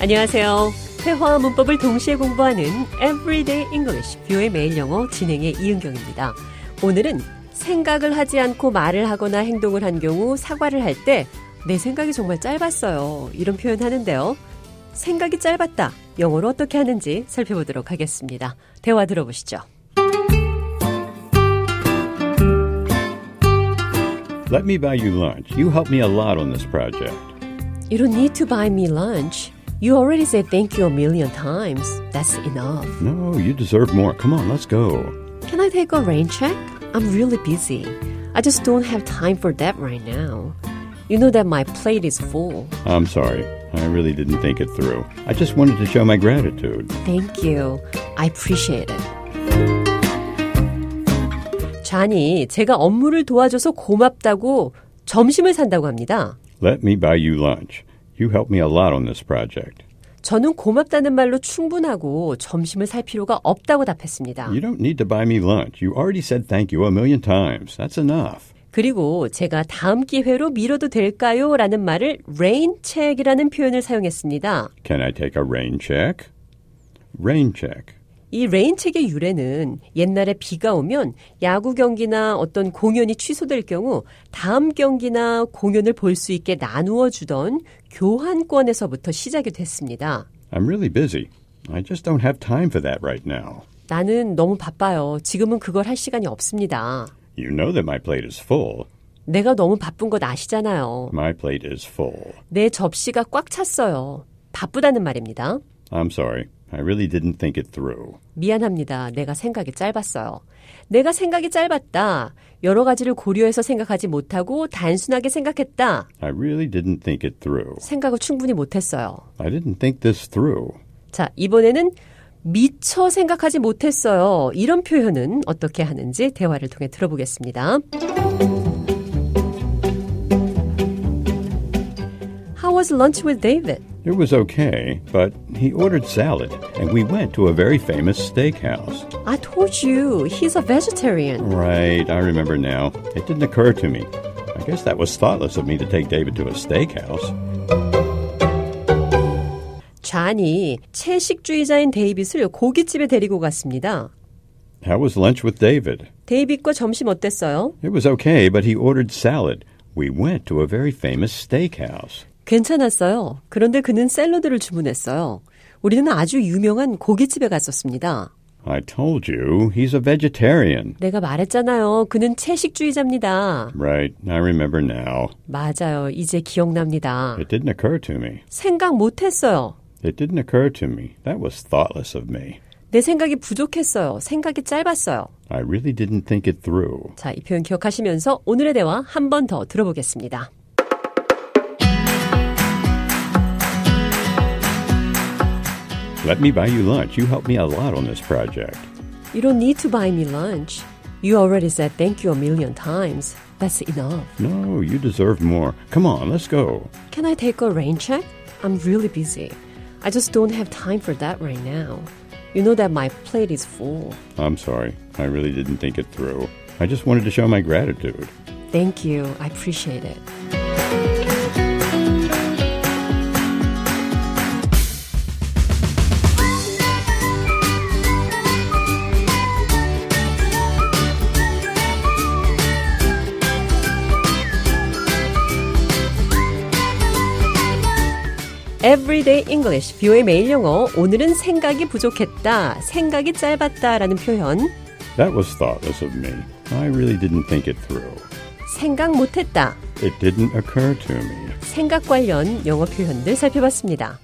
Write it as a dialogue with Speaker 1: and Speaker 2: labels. Speaker 1: 안녕하세요. 회화와 문법을 동시에 공부하는 Everyday English 뷰의 매일 영어 진행의 이은경입니다. 오늘은 생각을 하지 않고 말을 하거나 행동을 한 경우 사과를 할 때 내 생각이 정말 짧았어요. 이런 표현 하는데요. 생각이 짧았다. 영어로 어떻게 하는지 살펴보도록 하겠습니다. 대화 들어보시죠.
Speaker 2: Let me buy you lunch. You helped me a lot on this project.
Speaker 1: You don't need to buy me lunch. You already said thank you a million times. That's enough.
Speaker 2: No, you deserve more. Come on, let's go.
Speaker 1: Can I take a rain check? I'm really busy. I just don't have time for that right now. You know that my plate is full.
Speaker 2: I'm sorry. I really didn't think it through. I just wanted to show my gratitude.
Speaker 1: Thank you. I appreciate it. 잔이 제가 업무를 도와줘서 고맙다고 점심을 산다고 합니다.
Speaker 2: Let me buy you lunch. You helped me a lot on this project.
Speaker 1: 저는 고맙다는 말로 충분하고 점심을 살 필요가 없다고 답했습니다.
Speaker 2: You don't need to buy me lunch. You already said thank you a million times. That's enough.
Speaker 1: 그리고 제가 다음 기회로 미뤄도 될까요? 라는 말을 rain check이라는 표현을 사용했습니다.
Speaker 2: Can I take a rain check? Rain check.
Speaker 1: 이 레인책의 유래는 옛날에 비가 오면 야구 경기나 어떤 공연이 취소될 경우 다음 경기나 공연을 볼 수 있게 나누어 주던 교환권에서부터 시작이 됐습니다.
Speaker 2: I'm really busy. I just don't have time for that right now.
Speaker 1: 나는 너무 바빠요. 지금은 그걸 할 시간이 없습니다.
Speaker 2: You know that my plate is full.
Speaker 1: 내가 너무 바쁜 것 아시잖아요.
Speaker 2: My plate is full.
Speaker 1: 내 접시가 꽉 찼어요. 바쁘다는 말입니다.
Speaker 2: I'm sorry. I really didn't think it through.
Speaker 1: 미안합니다. 내가 생각이 짧았어요. 내가 생각이 짧았다. 여러 가지를 고려해서 생각하지 못하고 단순하게 생각했다.
Speaker 2: I really didn't think it through.
Speaker 1: 생각을 충분히 못했어요.
Speaker 2: I didn't think this through.
Speaker 1: 자, 이번에는 미처 생각하지 못했어요. 이런 표현은 어떻게 하는지 대화를 통해 들어보겠습니다. How was lunch with David?
Speaker 2: It was okay, but he ordered salad, and we went to a very famous steakhouse.
Speaker 1: I told you he's a vegetarian.
Speaker 2: Right, I remember now. It didn't occur to me. I guess that was thoughtless of me to take David to a steakhouse.
Speaker 1: 잔이 채식주의자인 데이빗을 고깃집에 데리고 갔습니다.
Speaker 2: How was lunch with David?
Speaker 1: 데이빗과 점심 어땠어요?
Speaker 2: It was okay, but he ordered salad. We went to a very famous steakhouse.
Speaker 1: 괜찮았어요. 그런데 그는 샐러드를 주문했어요. 우리는 아주 유명한 고깃집에 갔었습니다.
Speaker 2: I told you, he's a vegetarian.
Speaker 1: 내가 말했잖아요. 그는 채식주의자입니다.
Speaker 2: Right, I remember now.
Speaker 1: 맞아요. 이제 기억납니다.
Speaker 2: It didn't occur to me.
Speaker 1: 생각 못했어요.
Speaker 2: It didn't occur to me. That was thoughtless of me.
Speaker 1: 내 생각이 부족했어요. 생각이 짧았어요.
Speaker 2: I really didn't think it through.
Speaker 1: 자, 이 표현 기억하시면서 오늘의 대화 한 번 더 들어보겠습니다.
Speaker 2: Let me buy you lunch. You helped me a lot on this project.
Speaker 1: You don't need to buy me lunch. You already said thank you a million times. That's enough.
Speaker 2: No, you deserve more. Come on, let's go.
Speaker 1: Can I take a rain check? I'm really busy. I just don't have time for that right now. You know that my plate is full.
Speaker 2: I'm sorry. I really didn't think it through. I just wanted to show my gratitude.
Speaker 1: Thank you. I appreciate it. Everyday English, 뷰의 매일 영어. 오늘은 생각이 부족했다, 생각이 짧았다라는 표현,
Speaker 2: That was thoughtless of me. I really didn't think it through.
Speaker 1: 생각 못했다,
Speaker 2: It didn't occur to me.
Speaker 1: 생각 관련 영어 표현들 살펴봤습니다.